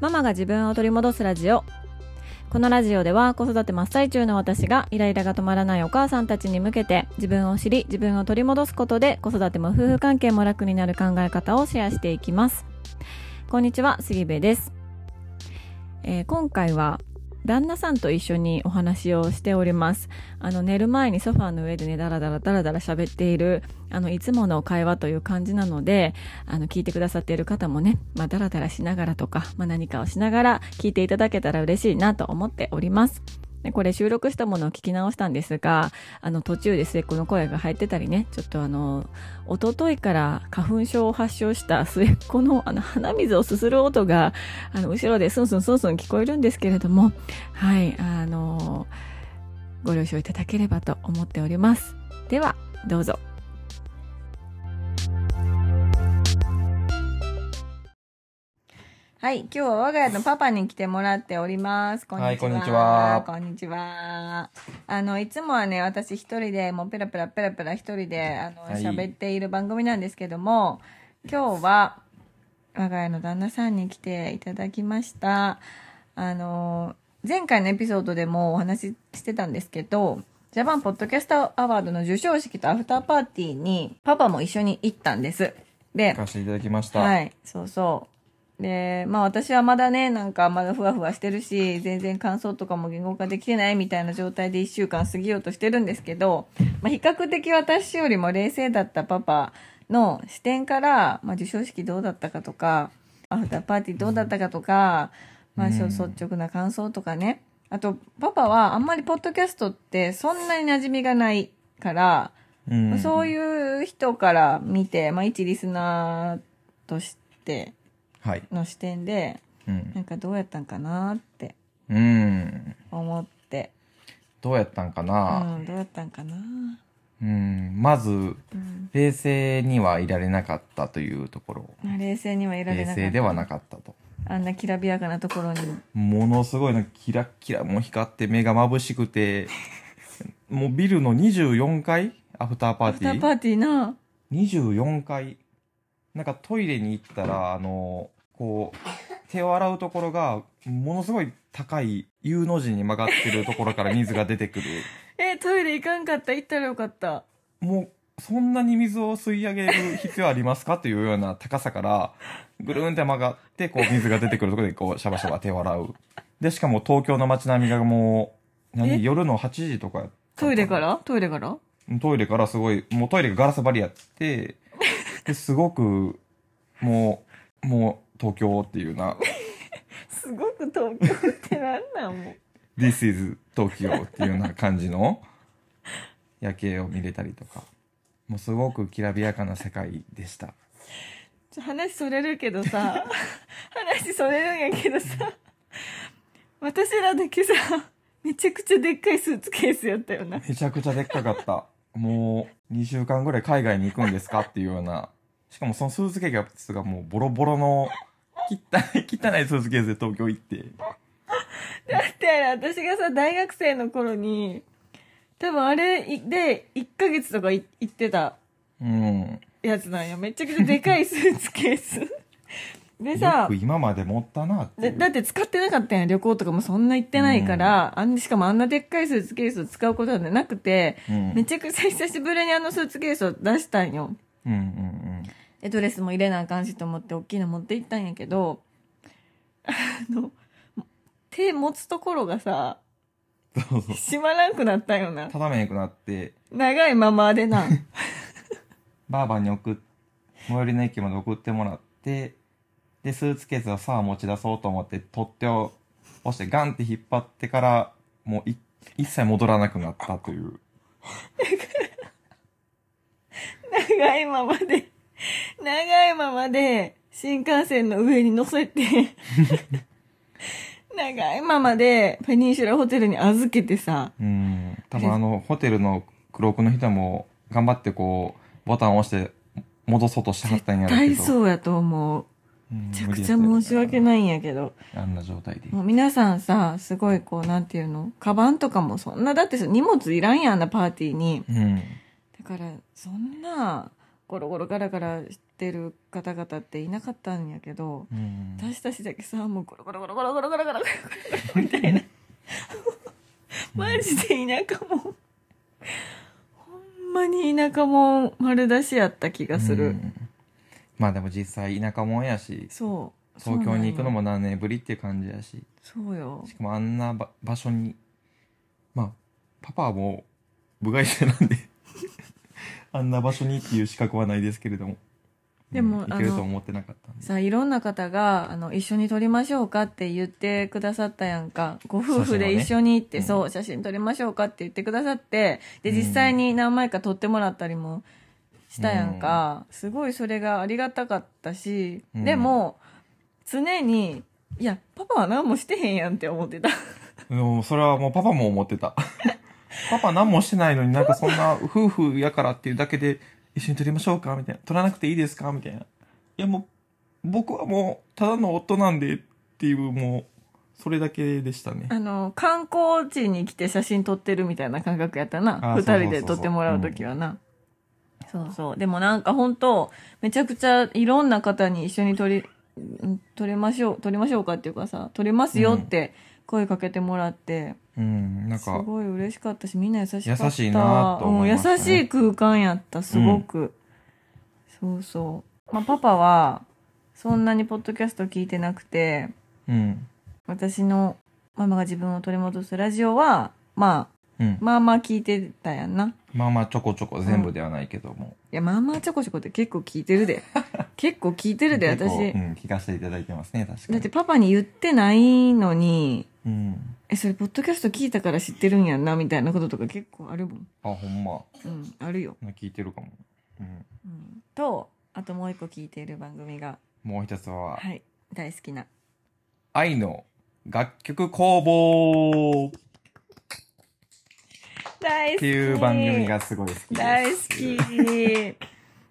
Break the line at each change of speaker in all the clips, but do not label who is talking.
ママが自分を取り戻すラジオこのラジオでは子育て真っ最中の私がイライラが止まらないお母さんたちに向けて自分を知り自分を取り戻すことで子育ても夫婦関係も楽になる考え方をシェアしていきますこんにちは杉部です、えー今回は旦那さんと一緒にお話をしておりますあの寝る前にソファーの上でねダラダラダラダラ喋っているあのいつもの会話という感じなのであの聞いてくださっている方もね、まあ、ダラダラしながらとか、まあ、何かをしながら聞いていただけたら嬉しいなと思っております。でこれ収録したものを聞き直したんですが、あの途中で末っ子の声が入ってたりね、ちょっとあの、一昨日から花粉症を発症した末っ子のあの鼻水をすする音が、あの後ろでスンスンスンスン聞こえるんですけれども、はい、あの、ご了承いただければと思っております。では、どうぞ。はい、今日は我が家のパパに来てもらっております。こんにちは。
はいこんにちは
こんにちは。あの、いつもはね、私一人で、もうペラペラペラペラ一人で、あの、
はい
喋っている番組なんですけども、今日は、我が家の旦那さんに来ていただきました。あの、前回のエピソードでもお話ししてたんですけど、ジャパンポッドキャストアワードの授賞式とアフターパーティーに、パパも一緒に行ったんです。で
行、かせていただきました。
はい、そうそう。で、まあ私はまだね、なんかまだふわふわしてるし、全然感想とかも言語化できてないみたいな状態で1週間過ぎようとしてるんですけど、まあ比較的私よりも冷静だったパパの視点から、まあ授賞式どうだったかとか、アフターパーティーどうだったかとか、まあ、
うん
そう率直な感想とかね。あと、パパはあんまりポッドキャストってそんなに馴染みがないから、
うん、
そう
う。
いう人から見て、まあ、一リスナーとして
はい。
の視点で、
うん。
なんかどうやったんかなって
うん。
思って、
どうやったんか
う
な、
ん、どうやったんかな、
うん、まず、
うん
冷静にはいられなかったというところ。
まあ冷静にはいられ
冷
なかった。
静ではなかったと。
あんなきらびやかなところに。
ものすごいの、キラッキラ、もう光って目が眩し くて、もうビルの24階アフターパ
ア
ー
フ
テ
タ
ィ
ーパ
ー。
ーティーな。
24階。なんかトイレに行ったら、あの、こう、手を洗うところが、ものすごい高い U の字に曲がってるところから水が出てくる。
え、トイレ行かんかった行ったらよかった。
もう、そんなに水を吸い上げる必要ありますかというような高さから、ぐるんって曲がって、こう、水が出てくるところで、こう、シャバシャバ手を洗う。で、しかも東京の街並みがも
え
う、何夜の8時とかやったかな
トイレからトイレから
トイレからすごい、もうトイレがガラス張りやって、ですごく、もう、もう、東京っていうな、
すごく東京ってなんなんもう。
This is Tokyo っていうような感じの夜景を見れたりとか、もうすごくきらびやかな世界でした。
ちょ話それるけどさ話それるんやけどさ私らだけさめちゃくちゃでっかいスーツケースやったよな
めちゃくちゃでっかかった。もう、2週間ぐらい海外に行くんですかっていうような。しかもそのスーツケースがもうボロボロの、汚い、 汚いスーツケースで東京行って。
だってあれ私がさ大学生の頃に多分あれいで1ヶ月とかい行ってた
うん。
やつなんよめちゃくちゃでかいスーツケースで
よ
さ
く今まで持ったなってい
だ
う。
だって使ってなかったんや旅行とかもそんな行ってないから、あんしかもあんなでっかいスーツケースを使うことなんてなくて
うん、
めちゃくちゃ久しぶりにあのスーツケースを出したんよ
うんうん
でドレスも入れなあかんしと思って大きいの持って行ったんやけどあの手持つところがさ
うん。そうそう。
閉まらんくなったんよな
畳めなくなって、
長いままでな
ばあばに送っ、最寄りの駅まで送ってもらって、で、スーツケースをさあ持ち出そうと思って、取っ手を押してガンって引っ張ってから、もうい一切戻らなくなったという。
長いままで長いままで新幹線の上に乗せて長いままでペニンシュラホテルに預けてさ
うん。多分あの、ホテルの黒奥の人も、頑張ってこう、ボタンを押して、戻そうとしてはったんやろうけど。
大そうやと思う
うん
めちゃくちゃ申し訳ないんやけど
あんな状態で。
もう皆さんさ、すごいこう、なんていうのカバンとかもそんな、だってさ荷物いらんやんあんなパーティーに。
うん。
だから、そんな、ゴロゴロガラガラってる方々っていなかったんやけど
うん
私たちだけさもうゴロゴロゴロゴロゴロゴロゴロゴロみたいなマジで田舎もんほんまに田舎もん丸出しやった気がする、
うんまあでも実際田舎もんやし
そう
東京に行くの
も
も何年ぶりっていう感じやし
そうよ
しかもあんなば場所にまあパパはもう部外者なんで あんな場所にっていう資格はないですけれども
でも
うん、行ける
あ
と
の
思ってなかったんで
さあいろんな方があの一緒に撮りましょうかって言ってくださったやんかご夫婦で一緒に行って
写真をね
そう、写真撮りましょうかって言ってくださってで
うん
実際に何枚か撮ってもらったりもしたやんか、すごいそれがありがたかったし、
うん
でも常にいやパパは何もしてへんやんって思ってた
うんそれはもうパパも思って たパパ何もしてないのになんかそんな夫婦やからっていうだけで一緒に撮りましょうかみたいな撮らなくていいですかみたいないやもう僕はもうただの夫なんでっていうもうそれだけでしたね
あの観光地に来て写真撮ってるみたいな感覚やったな
あ
2
そうそうそう
人で撮ってもらう時はなそうそうでもなんか本当めちゃくちゃいろんな方に一緒に撮りん撮りましょう撮りましょうかっていうかさ撮りますよって声かけてもらって、
うんなん
す
か
ごい嬉しかったしみんな優しかった
優しいなと思いましたね
うん優しい空間やったすごく、そうそう、まあ、パパはそんなにポッドキャスト聞いてなくて
うん
私のママが自分を取り戻すラジオはま
うん
あまあまあ聞いてたやんな
まあまあちょこちょこ全部ではないけども、
いやまあまあちょこちょこって結構聞いてる で結構聞いてるで
結構
私、
うん、聞かせていただいてますね確かに
だってパパに言ってないのに
うん
えそれポッドキャスト聞いたから知ってるんやんなみたいなこととか結構あるもん
あほんま
うんあるよ、
聞いてるかも、うん、
うん、とあともう一個聞いている番組が
もう一つは
はい大好きな
愛の楽曲工房
大好
って
き
いう番組がすごい好きです。
大好き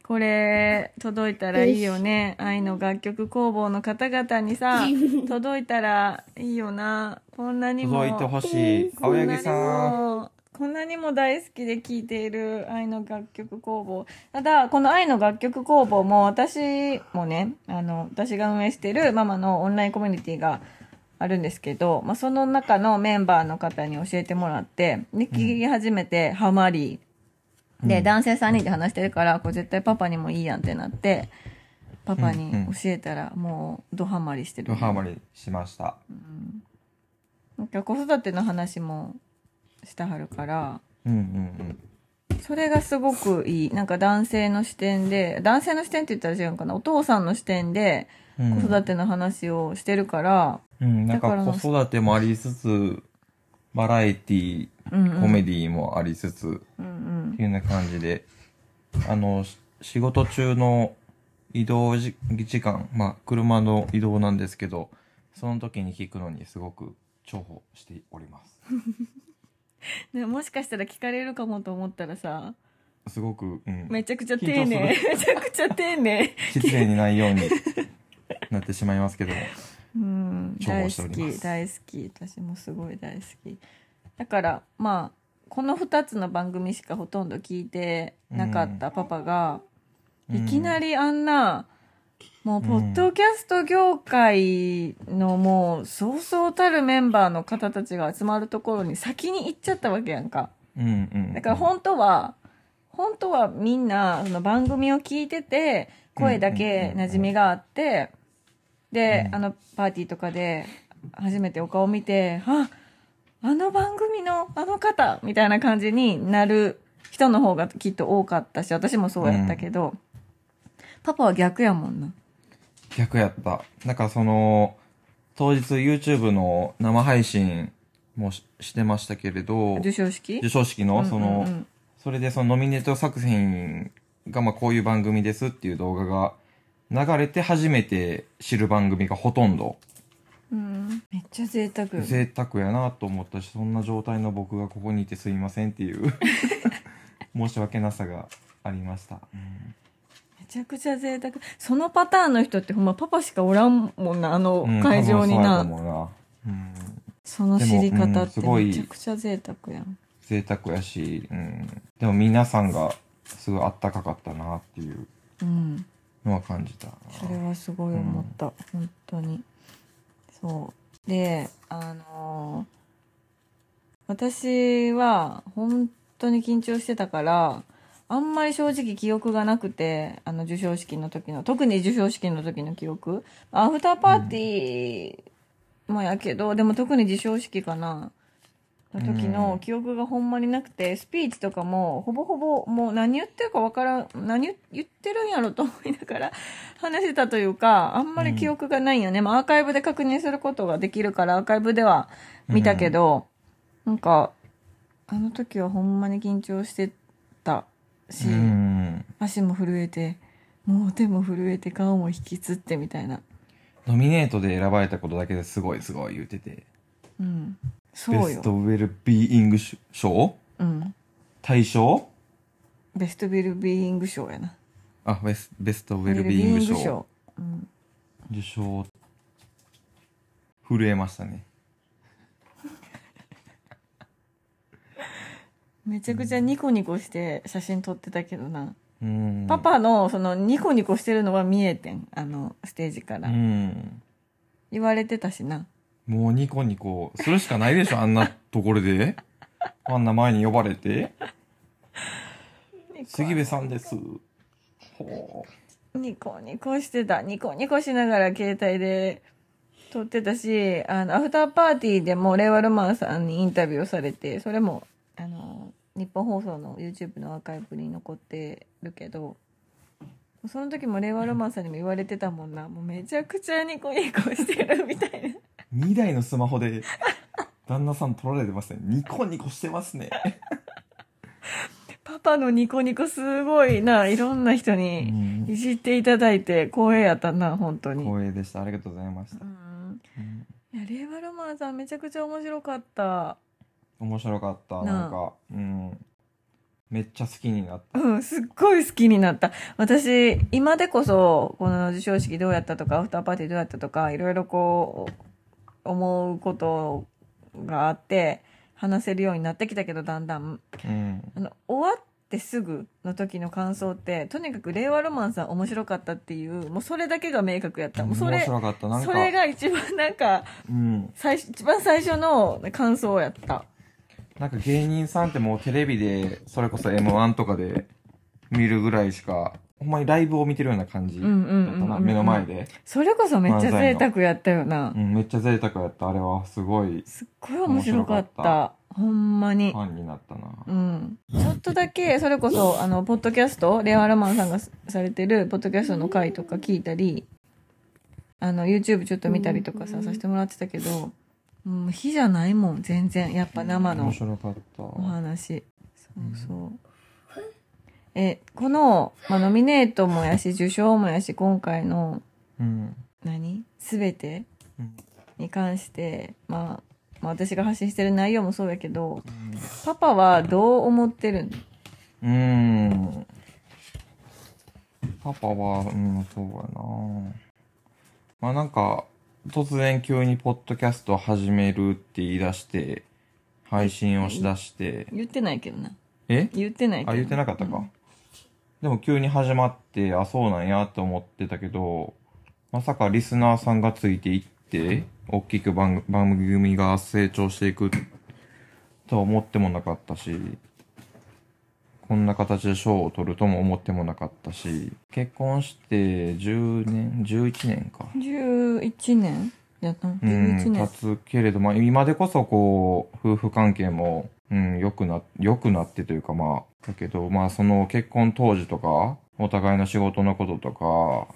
これ届いたらいいよね愛の楽曲工房の方々にさ 届いたらいいよなこんなにも
届いてほしい。
こん
青
な
柳
に
さん。
もこんなにも大好きで聴いている愛の楽曲工房ただこの愛の楽曲工房も私もねあの私が運営しているママのオンラインコミュニティがあるんですけど、まあ、その中のメンバーの方に教えてもらってで聞き始めてハマり、で、
うん
男性3人で話してるからこれ絶対パパにもいいやんってなってパパに
うんうん
教えたらもうドハマりしてる、
ドハマりしました。
うんなんか子育ての話もしたはるから
うんうん
それがすごくいいなんか男性の視点で男性の視点って言ったら違うんかなお父さんの視点で
うん。
子育ての話をしてるから、
うん、な
だ
ん
から
か
の
子育てもありつつ、バラエティ、
うんうん、
コメディもありつつ、
うんうん
っていうような感じで、あの、し仕事中の移動じ時間、まあ、車の移動なんですけど、その時に聞くのにすごく重宝しております。
ね、もしかしたら聞かれるかもと思ったらさ
すごく、うん。
めちゃくちゃ丁寧 めちゃくちゃ丁寧
失礼にないようになってしまいますけども。
うん
重
大
宝してお
好
りま
き
す
大好き私もすごい大好きだからまあこの2つの番組しかほとんど聞いてなかったパパが、いきな
り、
りあんなもう
うん
ポッドキャスト業界のもうそうそうたるメンバーの方たちが集まるところに先に行っちゃったわけやんか
うんうん、
だから本当は本当はみんなその番組を聞いてて声だけ馴染みがあってで
うん
あのパーティーとかで初めてお顔見てああの番組のあの方みたいな感じになる人の方がきっと多かったし私もそうやったけど、パパは逆やもんな。
逆やった。なんかその、当日 YouTube の生配信もししてましたけれど、
授賞式
授賞式の、その、
うんうん
それでそのノミネート作品が、まあこういう番組ですっていう動画が流れて初めて知る番組がほとん
う
ど、
んうんめっちゃ贅沢よね
贅沢やなと思ったし、そんな状態の僕がここにいてすいませんっていう 申し訳なさがありました。うん
めちゃくちゃ贅沢そのパターンの人ってほんまパパしかおらんもんなあの
うん
会場にな、
多分そうやと思うな。うん
その知り
で
方
もう
っ
ん
て
すごい
めちゃくちゃ贅沢やん
贅沢やし、うん、でも皆さんがすごいあったかかったなっていう、
うん、
のは感じたな
それはすごい思った、本当にそうであのー私は本当に緊張してたからあんまり正直記憶がなくてあの授賞式の時の特に授賞式の時の記憶アフターパーティーもやけど、でも特に授賞式かなの時の記憶がほんまになくて、スピーチとかもほぼほぼもう何言ってるかわからん何言ってるんやろと思いながら話してたというかあんまり記憶がないよね、まあ、アーカイブで確認することができるからアーカイブでは見たけど、なんかあの時はほんまに緊張してたし、
うん
足も震えてもう手も震えて顔も引きつってみたいな、
ノミネートで選ばれたことだけですごいすごい言ってて
うん、
ベ
そう
ス
よ
トウェルビーイングし賞
うん、
大賞
ベストビルビーイング賞やな
あベスベストウェルビーイング賞
うん、
受賞震えましたね
めちゃくちゃニコニコして写真撮ってたけどな、
うん
パパのそのニコニコしてるのは見えてんあのステージから、
うん
言われてたしな
もうニコニコするしかないでしょあんなところであんな前に呼ばれて「杉部さんです」ほ
ニコニコしてた。ニコニコしながら携帯で撮ってたし、あの、アフターパーティーでも令和ロマンさんにインタビューをされて、それも、あの、日本放送の YouTube のアーカイブに残ってるけど、その時も令和ロマンさんにも言われてたもんな。もうめちゃくちゃニコニコしてるみたいな。
う2台のスマホで旦那さん撮られてますねニコニコしてますね
パパのニコニコすごいな。いろんな人
う
に
ん
いじっていただいて光栄やったな、本当に。
光栄でしたありがとうございました
う、ん。
うん
いや、令和ロマンさんめちゃくちゃ面白かった。
面白かった
なあ
なんかうんめっちゃ好きになっ
うん、すっごい好きになった。私、今でこそ、この授賞式どうやったとか、アフターパーティーどうやったとか、いろいろこう、思うことがあって、話せるようになってきたけど、だんだん。
たうん
あの、終わってすぐの時の感想って、とにかく令和ロマンさん面白かったっていう、もうそれだけが明確やった。もうそ
面
れ、
白かったなんか
それが一番なんか、
うん、
最初、一番最初の感想やった。
なんか芸人さんってもうテレビでそれこそ m 1とかで見るぐらいしかほんまにライブを見てるような感じ
うん
だ
う
った
んうんうん
な
うん
目の前で、
それこそめっちゃ贅沢やったよな
う。ん、めっちゃ贅沢やったあれはすごい
すっごい面白かった
面白か
ほんまに
フ、ァンになったな
うん、ちょっとだけそれこそあのポッドキャストレアラマンさんがさされてるポッドキャストの回とか聞いたりあの YouTube ちょっと見たりとかささせてもらってたけど、うん、火じゃないもん全然やっぱ生の
面白かった
お話そうそうえこの、まあ、ノミネートもやし受賞もやし今回の
うん、
何全て
うん
に関して、まあ、まあ私が発信してる内容もそうやけどパパはどう思ってるん
うんうんパパはうんそうやなまあなんか突然急にポッドキャストを始めるって言い出して配信をしだして
言ってないけどな
え
言ってないけど
あ、言ってなかったか。でも急に始まって、あ、そうなんやと思ってたけど、まさかリスナーさんがついていって、大きく番番組が成長していくとは思ってもなかったし、こんな形で賞を取るとも思ってもなかったし、結婚して10年、11年か。
11年やったの
うん、
11年
立つけれど、まあ今でこそこう、夫婦関係も、うん、良くな、良くなってというかまあ、だけど、まあその結婚当時とか、お互いの仕事のこととか、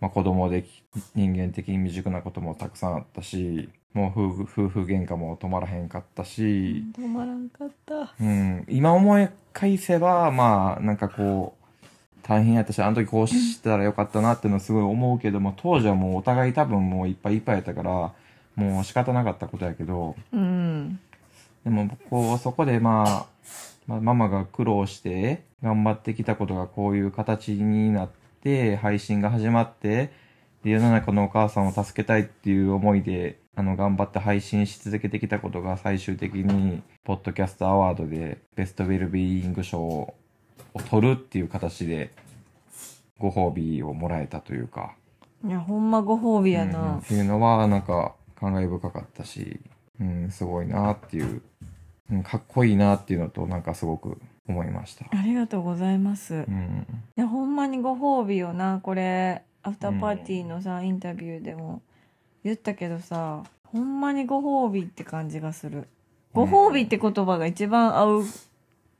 まあ子供でき人間的に未熟なこともたくさんあったし、もう夫婦、夫婦喧嘩も止まらへんかったし、
止まらんかった
うん、今思い返せば、まあ、なんかこう、大変やったし、あの時こうしたらよかったなっていうのはすごい思うけども、当時はもうお互い多分もういっぱいいっぱいやったから、もう仕方なかったことやけど、
うん
でも、こう、そこでまあ、まあ、ママが苦労して、頑張ってきたことがこういう形になって、配信が始まって、で世の中のお母さんを助けたいっていう思いで、あの、頑張って配信し続けてきたことが最終的に、ポッドキャストアワードで、ベストウェルビーイング賞を取るっていう形で、ご褒美をもらえたというか、
いや、ほんまご褒美や
うん
な
っ。ていうのは、なんか、感慨深かったし、うん、すごいなっていう、うん、かっこいいなっていうのと、なんかすごく思いました。
ありがとうございます。い
うん、
や、ほんまにご褒美よな、これ。アフターパーティーのさ、インタビューでも言ったけどさ、ほんまにご褒美って感じがする。ご褒美って言葉が一番合う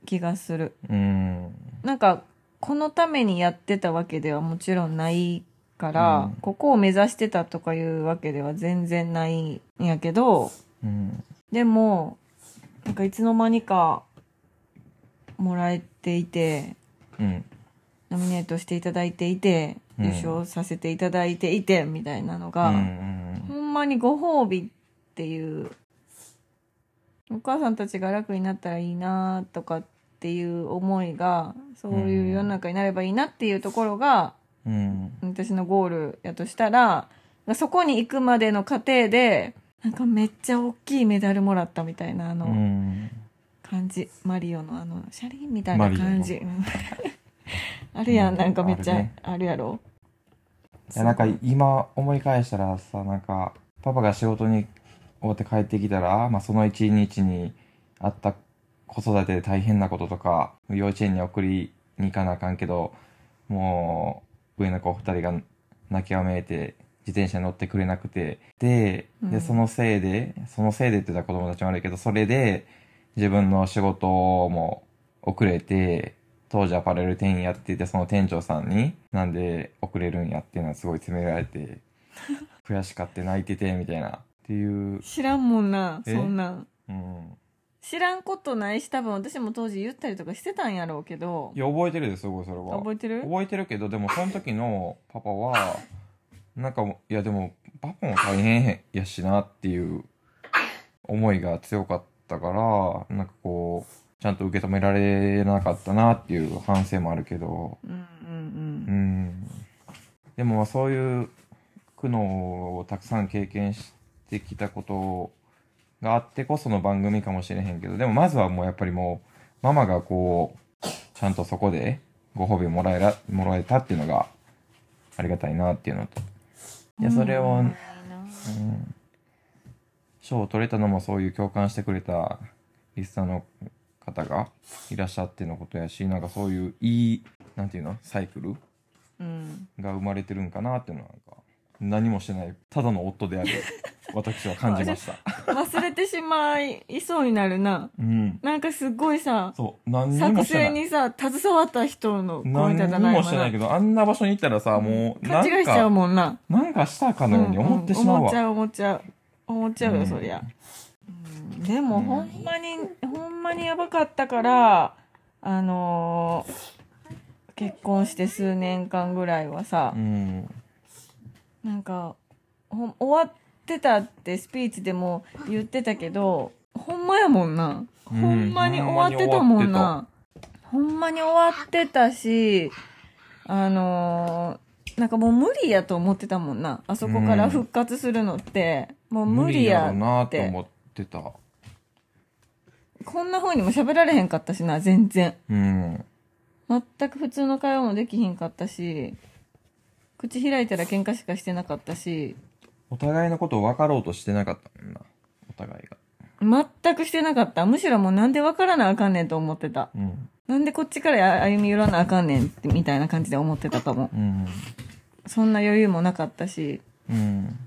気がする。
うん、
なんか、このためにやってたわけではもちろんないから、
うん
ここを目指してたとかいうわけでは全然ないんやけど、
うん、
でも、なんかいつの間にかもらえていて、
うん、
ノミネートしていただいていて、
うん
優勝させていただいていて、みたいなの
う
が、
ん、
ほんまにご褒美っていう、お母さんたちが楽になったらいいなとかっていう思いが、そういう世の中になればいいなっていうところが、
うん、
私のゴールやとしたら、そこに行くまでの過程で、なんかめっちゃ大きいメダルもらったみたいな、あの、
うん、
感じマリオのあのシャリンみたいな感じ
マ
あるやんなんかめっち
あ
ゃ
るね
あるやろ
いやなんか今思い返したらさなんかパパが仕事に終わって帰ってきたら、まあ、その一日にあった子育てで大変なこととか幼稚園に送りに行かなあかんけどもう上の子二人が泣きわめいて自転車に乗ってくれなくてで
うん
でそのせいでそのせいでって言ったら子供たちも悪いけどそれで自分の仕事も遅れて当時アパレル店員やっててその店長さんになんで遅れるんやっていうのはすごい詰めら れて悔しかって泣いててみたいなっていう、
知らんもんなそ
え
んなん
うん、
知らんことないし多分私も当時言ったりとかしてたんやろうけど
いや覚えてるですごいそれは
覚えてる
覚えてるけどでもその時のパパはなんかもういやでもパパも大変やしなっていう思いが強かったからなんかこうちゃんと受け止められなかったなっていう反省もあるけど
うんう
うんんでもまあそういう苦悩をたくさん経験してきたことがあってこその番組かもしれへんけどでもまずはもうやっぱりもうママがこうちゃんとそこでご褒美もらえらもらえたっていうのがありがたいなっていうのと
うん
いやそれを、う
うん
ん、賞を取れたのもそういう共感してくれたリスナーの方がいらっしゃってのことやしなんかそういういいなんていうのサイクル
うん
が生まれてるんかなっていうのはなんか何もしてないただの夫であ る私は感じました。
忘れてしまいいそうになるな
うん、
なんかすごいさ
そう何にも
作
してな
成
い
にさ携わった人の
何
声
に
じゃない
も
わ
してないけどあんな場所に行ったらさもうな
勘違
ん
いしちゃう
か
もんな
なんかしたかのように思ってしまう
思っ
わ
ち。ゃう思っちゃう思っちゃうよ、
うん
そりゃ、うんでも、
うん
ほんまにほんまにやばかったからあのー結婚して数年間ぐらいはさ
う、ん
なんかほん終わってたってスピーチでも言ってたけどほんまやもんな、
うん
ほんまに終わってたもんなほんまに終わってたしあのーなんかもう無理やと思ってたもんなあそこから復活するのって、もう無
無理
理
や
や
ろなと思ってた。
こんな風にも喋られへんかったしな全然
うん
全く普通の会話もできひんかったし口開いたら喧嘩しかしてなかったし
お互いのことを分かろうとしてなかったもんな。お互いが。
全くしてなかったむしろもうなんで分からなあかんねんと思ってた
うん。
なんでこっちからや歩み寄らなあかんねんってみたいな感じで思ってたかも
うん。
そんな余裕もなかったし
うん。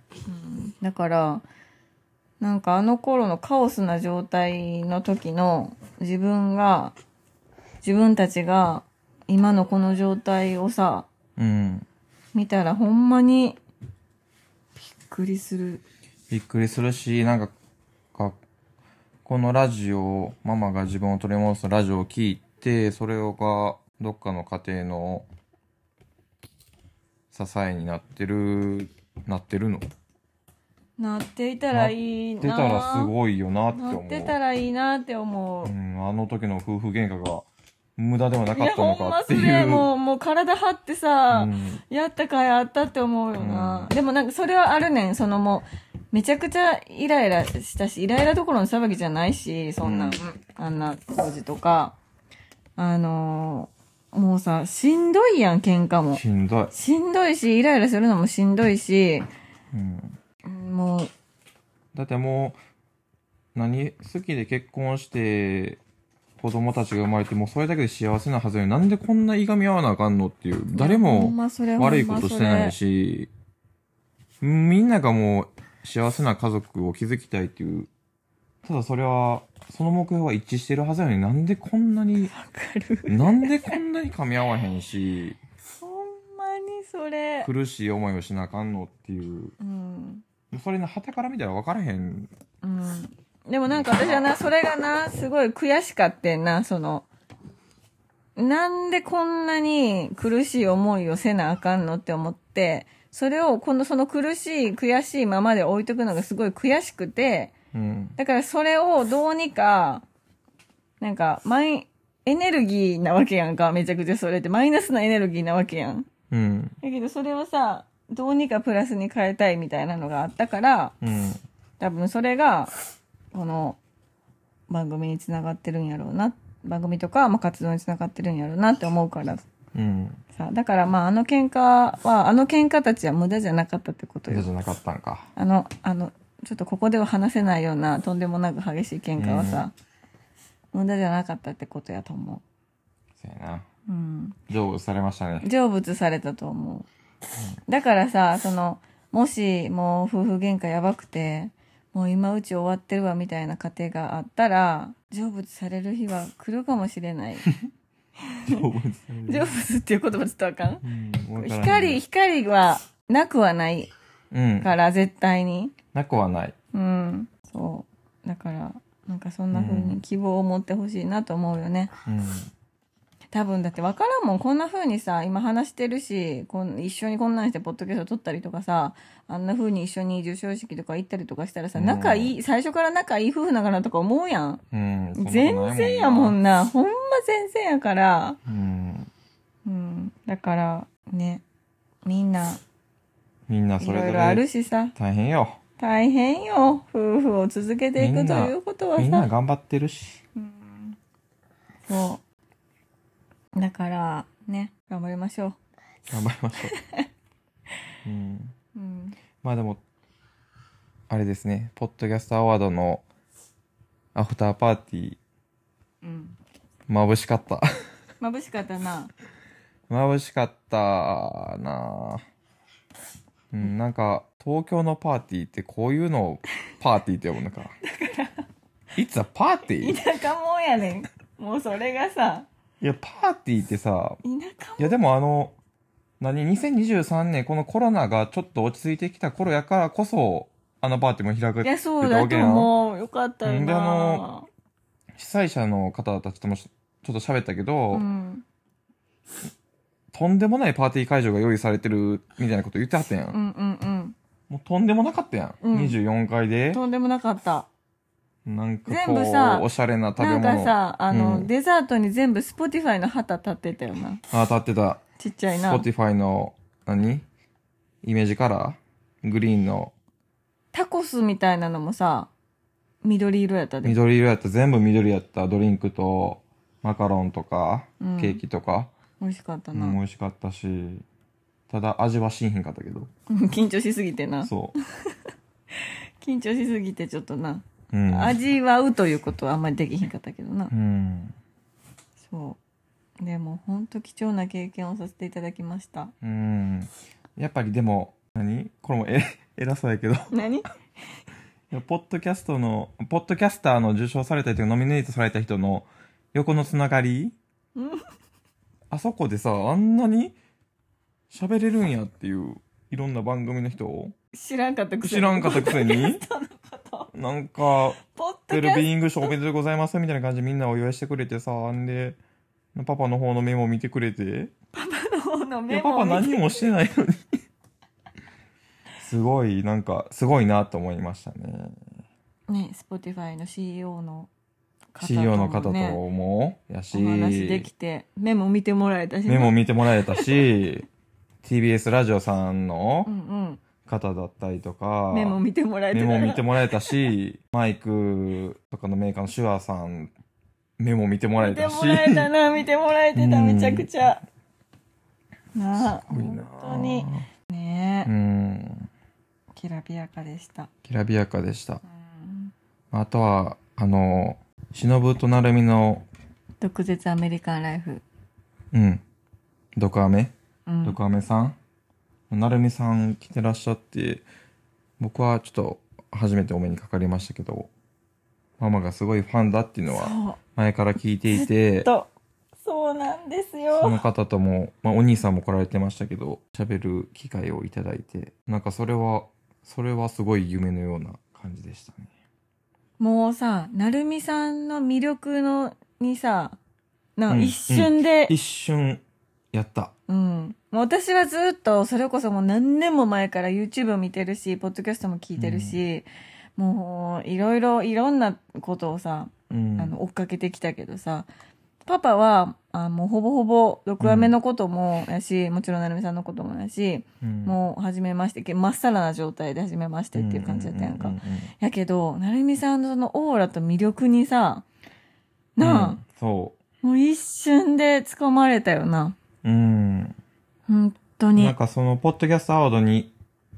だからなんかあの頃のカオスな状態の時の自分が自分たちが今のこの状態をさ
うん。
見たらほんまにびっくりする
びっくりするし、なんか、かこのラジオ、ママが自分を取り戻すラジオを聞いて、それがどっかの家庭の支えになってる、なってるのって
なっていたらいいな
たらすごいよなって
な
思
っ
う。
てたらいいなって思う、
うん、あの時の夫婦喧嘩が無駄ではないかっ
や
た
ほ
の
ん
か
ま
って
そ
いう。
れもうもう体張ってさ、
うん
やったかいあったって思うよな、
う
でもなんかそれはあるねんそのもうめちゃくちゃイライラしたしイライラどころの騒ぎじゃないしそんな、
うん
あんな当時とかあのーもうさ、しんどいやん、喧嘩も。
しんどい。
しんどいし、イライラするのもしんどいし、
うん。
もう、
だってもう、何好きで結婚して、子供たちが生まれて、もうそれだけで幸せなはずなのに、なんでこんないがみ合わなあかんのっていう、誰
ほ
も
んまそれ
悪いことしてない。し、みんながもう幸せな家族を築きたいっていう、ただそれは、その目標は一致してるはずなのになんでこんなに、
ほんまそれわかる。
なんでこんなに噛み合わへんし、
ほんまにそれ。
苦しい思いをしなあかんのっていう、
うん。
それの旗から見たら分からへん。
うん。でもなんか私はな、それがな、すごい悔しかってんな、その、なんでこんなに苦しい思いをせなあかんのって思って、それを、この、その苦しい、悔しいままで置いとくのがすごい悔しくて、
うん。
だからそれをどうにか、なんか、マイ、エネルギーなわけやんか、めちゃくちゃそれって、マイナスなエネルギーなわけやん。
うん。
だけどそれをさ、どうにかプラスに変えたいみたいなのがあったから、
うん。
多分それが、この番組につながってるんやろうな、番組とか、まあ、活動につながってるんやろうなって思うから
うん。
さ、だからまああの喧嘩は、あの喧嘩たちは無駄じゃなかったってこと
嫌
よ
じ。ゃなかったんか。
あの、あの、ちょっとここでは話せないような、とんでもなく激しい喧嘩はさ、無駄じゃなかったってことやと思
そうやな。
う。うん。
成仏されました ね。
成仏されたと思う。だからさ、その、もしもう夫婦喧嘩やばくて、もう今うち終わってるわみたいな家庭があったら、成仏される日は来るかもしれない。
成仏され
成仏っていう言葉ちょっとあかん
うん分からん
光、光はなくはない
うん。
から、絶対に。
なくはない。
うん。そう。だから、なんかそんな風に希望を持ってほしいなと思うよね。
うん。
多分だって分からんもんこんな風にさ今話してるしこん一緒にこんなんしてポッドキャスト撮ったりとかさあんな風に一緒に授賞式とか行ったりとかしたらさ
うん
仲いい、最初から仲いい夫婦ながらとか思うやん
うん。そんなことない
全然やもん
な。
なほんま全然やから
うん。
うんだからねみんな
みんないそれ
ろ
ぞれ
いろあるしさ
大変よ。
大変よ夫婦を続けてい
み
く
ん
と
な
いうことは
みんな
さ
頑張ってるし。
うんそうだからね頑張りましょ
頑張りましょ う。うん。
ううん
まあでも、あれですね。ポッドキャストアワードのアフターパーティー、
うん
眩しかった。
眩しかったな。
眩しかったなぁうん、なんか、東京のパーティーってこういうのをパーティーって呼ぶのか。 いつはパーティーい
田舎もんやねん。もうそれがさ、
や、パーティーってさ、
田舎
いやでもあの、何、2023年このコロナがちょっと落ち着いてきた頃やからこそ、あのパーティーも開
も
く
ん。い。や、そうだと思う。よかったよ
んであ
な
の。被災者の方たちともしちょっと喋ったけど、
うん。
とんでもないパーティー会場が用意されてるみたいなこと言ってはったやん。
うんうん
もうとんでもなかったやん。
うん
24階
う
で
ん。。とんでもなかった。
なんか
全
こ
部さ
う、おしゃれな食べ
な
物。
んかさ、あの、
うん
デザートに全部 Spotify の旗立ってたよな。
あ、立ってた。
ちっちゃいな。
Spotify の、何イメージカラーグリーンの
タコスみたいなのもさ、緑色やったで。
緑色やった、全部緑やったドリンクと、マカロンとか、
うん
ケーキとか、
美味しかった
うん美
な。
味しかったし、ただ味はしんへんかったけど。
緊張しすぎてな。
そう。
緊張しすぎてちょっとな。
うん。
味わうということはあんまりできひんかったけどな。
うん。
そう。でも本当貴重な経験をさせていただきました。
うん。やっぱりでも、何これもえ、 偉そうやけど。
何
いやポッドキャストの、ポッドキャスターの受賞された人、ノミネートされた人の横のつながり
うん
あそこでさ、あんなに喋れるんやっていう、いろんな番組の人を
知らんかったくせ
知らんかったくせに、
そのこと。
なんか、
ポッ
ウ
ド
ェ
キ
ル
ャ
ビ
ス
ーイング賞おめでとうございますみたいな感じでみんなお祝いしてくれてさ、んで、パパの方のメモ見てくれて、
トの方の
いや
メ
パ
モ
パ
を見
何
て
もしてないのに。すごい、なんか、すごいなと思いましたね。
ね、Spotify の CEO の方ともね
CEO の方とも、やし、
お話できて、メモ見てもらえたしね。
メモ見てもらえたし、TBS ラジオさん
う
の
ん
方だったりと
う
か
ん。、メモ見てもらえて
メ
た
モ見て
も
もらえたし、マイクとかのメーカーのシュアさん目も見てもらえ
見て
たし。
もらえたな、見てもらえてた、
うん
めちゃくちゃ。なあ、
すごいな
本当に。ね
う
え、
ん。
きらびやかでした。
きらびやかでした
う。ん
あとは、あの、忍となるみの、
毒舌アメリカンライフ。
うん、ドクアメ、
うん
ドクアメさん、なるみさん来てらっしゃって、僕はちょっと初めてお目にかかりましたけど、ママがすごいファンだっていうのは
そ
前から聞いていて
う、、と、そうなんです
その
よ。
方とも、まあ、お兄さんも来られてましたけど、喋る機会をいただいて、なんかそれは、それはすごい夢のような感じでしたね。
もうさ、なるみさんの魅力の、にさ、な
うん
一瞬で、
一瞬、やった。
うん。もう私はずっと、それこそもう何年も前から YouTube を見てるし、ポッドキャストも聞いてるし、もう、いろいろ、いろんなことをさ、
うん。
あの、追っかけてきたけどさ、パパは、あもうほぼほぼ、毒アメのこともやし、もちろんなるみさんのこともやし、
うん、
もう、初めまして、けまっさらな状態で初めましてっていう感じだったやんか。
ううううん
やけど、なるみさんのそのオーラと魅力にさ、なあ、
うんそ
もう一瞬で掴まれたよな。
う。うん。
本当に。
なんかその、ポッドキャストアワードに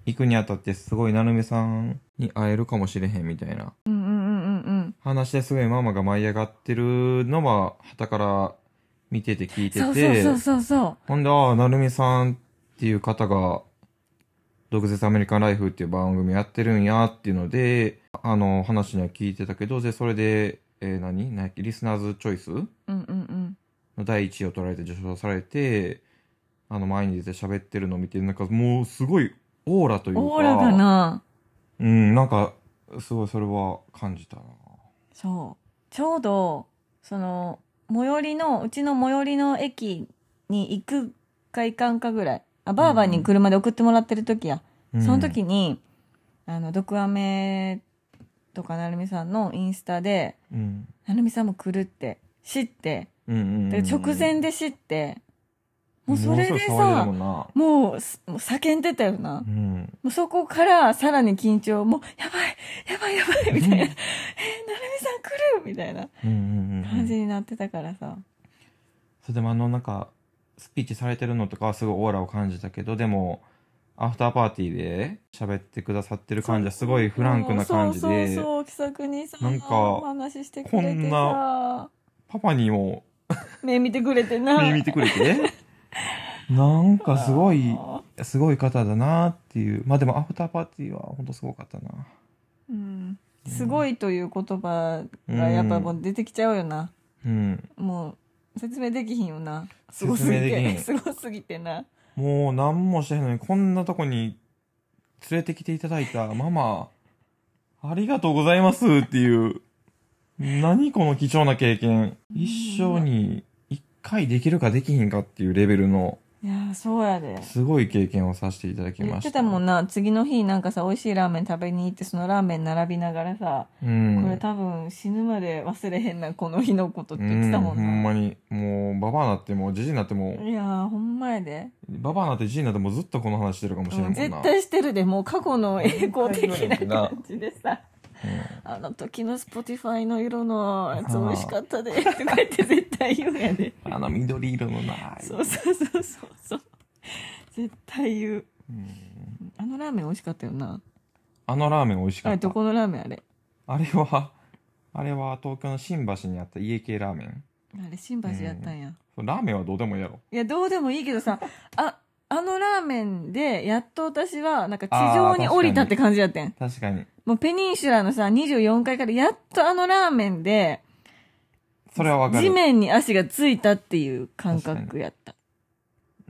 行くにあたって、すごい、なるみさんに会えるかもしれへんみたいな
うんうんうんうんうん。
話ですごいママが舞い上がってるのは、旗から見てて聞いてて、
そうそうそうそうそ
ほんで、ああ、なるみさんっていう方が、毒舌アメリカンライフっていう番組やってるんやっていうので、あの、話には聞いてたけど、で、それで、えー、何何やっけリスナーズチョイス
う。うんうん
の第一位を取られて受賞されて、あの、前に出て喋ってるのを見て、なんかもうすごいオーラといううか。
ん。オーラが。な。
うん、なんか、すごいそれは感じたな。
そう。ちょうど、その、最寄りの、うちの最寄りの駅に行くか行かんかぐらい。あ、バーバーに車で送ってもらってる時や。
うん
その時に、あの、毒アメとかなるみさんのインスタで、
うん。
なるみさんも来るって知って、
うんうん、
で
うん。
直前で知って、もうそれで
ものすごい騒いる
さ
も、んな。
もうすもう叫んでたよな
う。ん。
もうそこからさらに緊張、もう、やばい、やばい、やばい、みたいな。えー、なるみさん来るみたいな
うんうんうんうん。
感じになってたからさ。
それでもあのなんかスピーチされてるのとかはすごいオーラを感じたけどでもアフターパーティーで喋ってくださってる感じはすごいフランクな感じ
そう
で
そうそう、気さくにさ、
なんか
お話ししてくれ
こ
て
ん
さ、
パパにも
目見てくれてな。
目見てく れてなんかすごい
あ
すごい方だなっていうまあでもアフターパーティーは本当すごかったな
ーうん。すごいという言葉
う
が
ん
やっぱもう出てきちゃうよな。
うん
もう、説明できひんよな。すごすぎ
説明でき
て。
ひん
すごすぎてな。
もう何もしてへんのにこんなとこに連れてきていただいた ママありがとうございますっていう何この貴重な経験一生に一回できるかできひんかっていうレベルの
いやー、そうやで。
すごい経験をさせていただき
言
ま
っ
してた
たもんな次の日なんかさ美味しいラーメン食べに行ってそのラーメン並びながらさ、
うん
これ多分死ぬまで忘れへんなこの日のことって言って
う
た
ん
も
ほん
んな、
まにもうババアになってもじじいになっても
いやーほんまやで
ババアになってじじいになってもずっとこの話してるかもしれんもんな
絶対してるでもう過去の栄光的な感じでさ
うん
あの時の Spotify の色のやつ美味しかったでとか言って絶対言うんやで
あの緑色のない
そうそうそうそうそう絶対言う
うん
あのラーメン美味しかったよな
あのラーメン美味し
あ
かっ
れ
た
どこのラーメンあれ
あれは、あれは東京の新橋にあった家系ラーメン。
あれ新橋やったんや、
そうラーメンはどうでもいいやろ。
いや、どうでもいいけどさ、あ、あのラーメンで、やっと私は、なんか地上に降りたって感じやってん。
確かに。
もうペニンシュラのさ、24階からやっとあのラーメンで、
それはわか
地
る。
面に足がついたっていう感覚やった。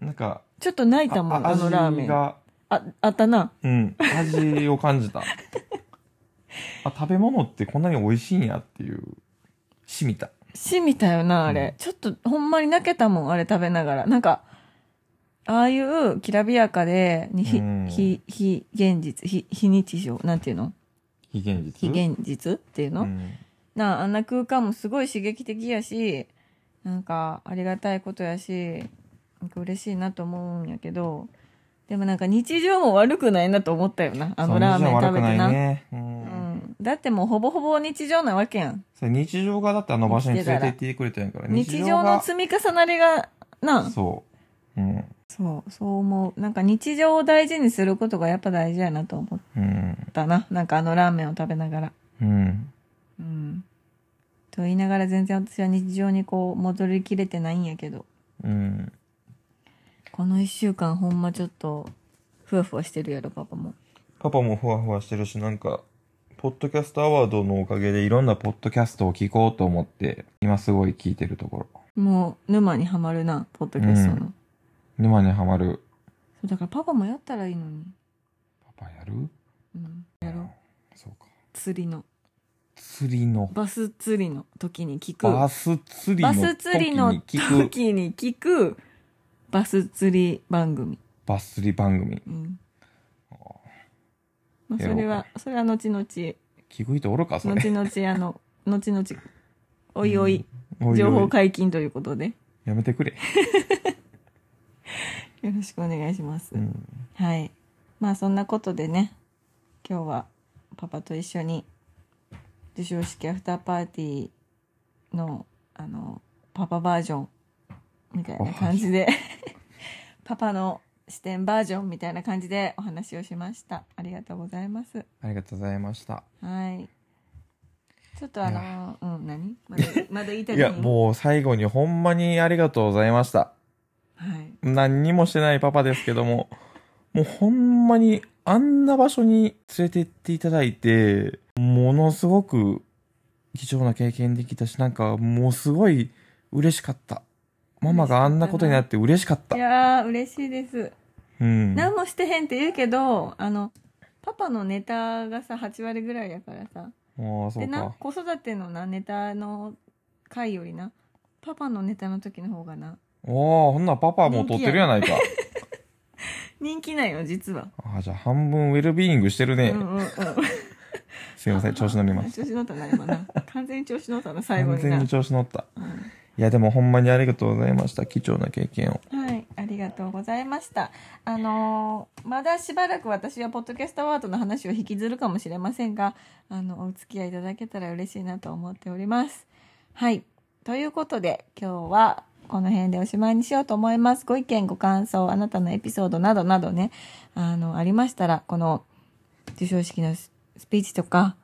なんか、
ちょっと泣い
あ
たもん、あ
あ
のラーメ
味
ン。あ、
が、
あったな。
うん、味を感 じた。あ、食べ物ってこんなに美味しいんやっていう、しみた。
しみたよな、あれ。ちょっと、ほんまに泣けたもん、あれ食べながら。なんか、ああいう、きらびやかで、にひ
うん、
ひ、非現実、非、非日常、なんていうの
非現実。
非現実っていうの、
うん
なああんな空間もすごい刺激的やしなんかありがたいことやしなんか嬉しいなと思うんやけどでもなんか日常も悪くないなと思ったよなあのラーメン食べてな
そう味は悪くいね。う。
うんん、だってもうほぼほぼ日常なわけやん。
それ日常がだってあの場所に連れて行ってくれたんやから、
日常の積み重なりが、な
そう。うん。
そう、そう思う。なんか日常を大事にすることがやっぱ大事やなと思っ
うん。
たな。なんかあのラーメンを食べながら。
うん。
うん。と言いながら全然私は日常にこう戻りきれてないんやけど。
うん。
この一週間ほんまちょっと、ふわふわしてるやろ、パパも。
パパもふわふわしてるし、なんか、ポッドキャストアワードのおかげでいろんなポッドキャストを聞こうと思って、今すごい聞いてるところ。
もう沼にはまるな、ポッドキャストの。
うん沼にはまる。
そうだからパパもやったらいいのに。
パパやる
うん。やろう。
そうか。
釣りの。
釣りの。
バス釣りの時に聞く。
バス釣り
バ
の時に聞く。
ス釣りの時に聞く、バス釣り番組。
バス釣り番組。
うん。まあ、
や
そ
ろうか
れは、それは後々、後
聞く人おるか、それ。
々、あ の、後々、おいおい、
おいおい
情報解禁ということで、よ
やめてくれ。
ろしくお願いします。
うん。
はい。まあ、そんなことでね、今日は、パパと一緒に、授賞式アフターパーティーの、あの、パパバージョン、みたいな感じで、 パパの視点バージョンみたいな感じでお話をしました。ありがとうございます。
ありがとうございました。
はい。ちょっとあ
い
のー、うん、 何まだ、まだ言いたい
いや、
う。
もう最後にほんまにありがとうございました。
はい。
何にもしてないパパですけども、もうほんまにあんな場所に連れてっていただいて、ものすごく貴重な経験できたし、なんかもうすごい嬉しかった。ママがあんなことになって嬉しかっ
い
た。
やー、嬉しいです。
うん。
何もしてへんって言うけど、あの、パパのネタがさ、8割ぐらいやからさ。
もうそ
で
う
な
か、。
子育てのな、ネタの回よりな、パパのネタの時の方がな、
おー、ほんならパパもう撮ってるやないか。
人気なんよ、実は。
あーじゃあ半分ウェルビーイングしてるね。
うんうんうん。
すいません、調子乗ります。
調子乗ったな、今な。完全に調子乗ったな、最後
完
にな。
全に調子乗った。
うん
いや、でもほんまにありがとうございました。貴重な経験を。
はい、ありがとうございました。あのーまだしばらく私はポッドキャストアワードの話を引きずるかもしれませんが、あの、お付き合いいただけたら嬉しいなと思っております。はい。ということで、今日はこの辺でおしまいにしようと思います。ご意見、ご感想、あなたのエピソードなどなどね、あの、ありましたら、この、授賞式のススピーチとか、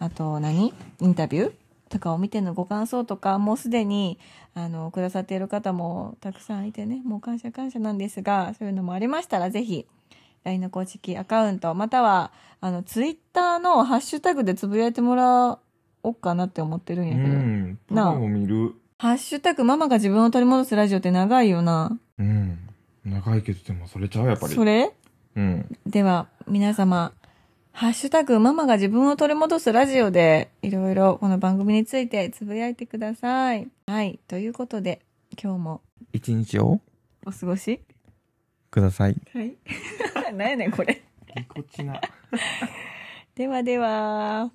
あと何インタビューとかを見てのご感想とか、もうすでに、あの、くださっている方もたくさんいてね、もう感謝感謝なんですが、そういうのもありましたら、ぜひ、LINE の公式アカウント、または、あの、Twitter のハッシュタグでつぶやいてもらおうかなって思ってるん
う
やけど。
ん。パ
なあ
パも見る。
ハッシュタグママが自分を取り戻すラジオって長いよな。
うん。長いけど、でもそれちゃう、やっぱり。
それ
うん。
では、皆様、ハッシュタグママが自分を取り戻すラジオで、いろいろこの番組についてつぶやいてください。はい。ということで、今日も
一日を
お過ごし
ください。
はい。何やねん、これ。
ぎこちな。
ではでは。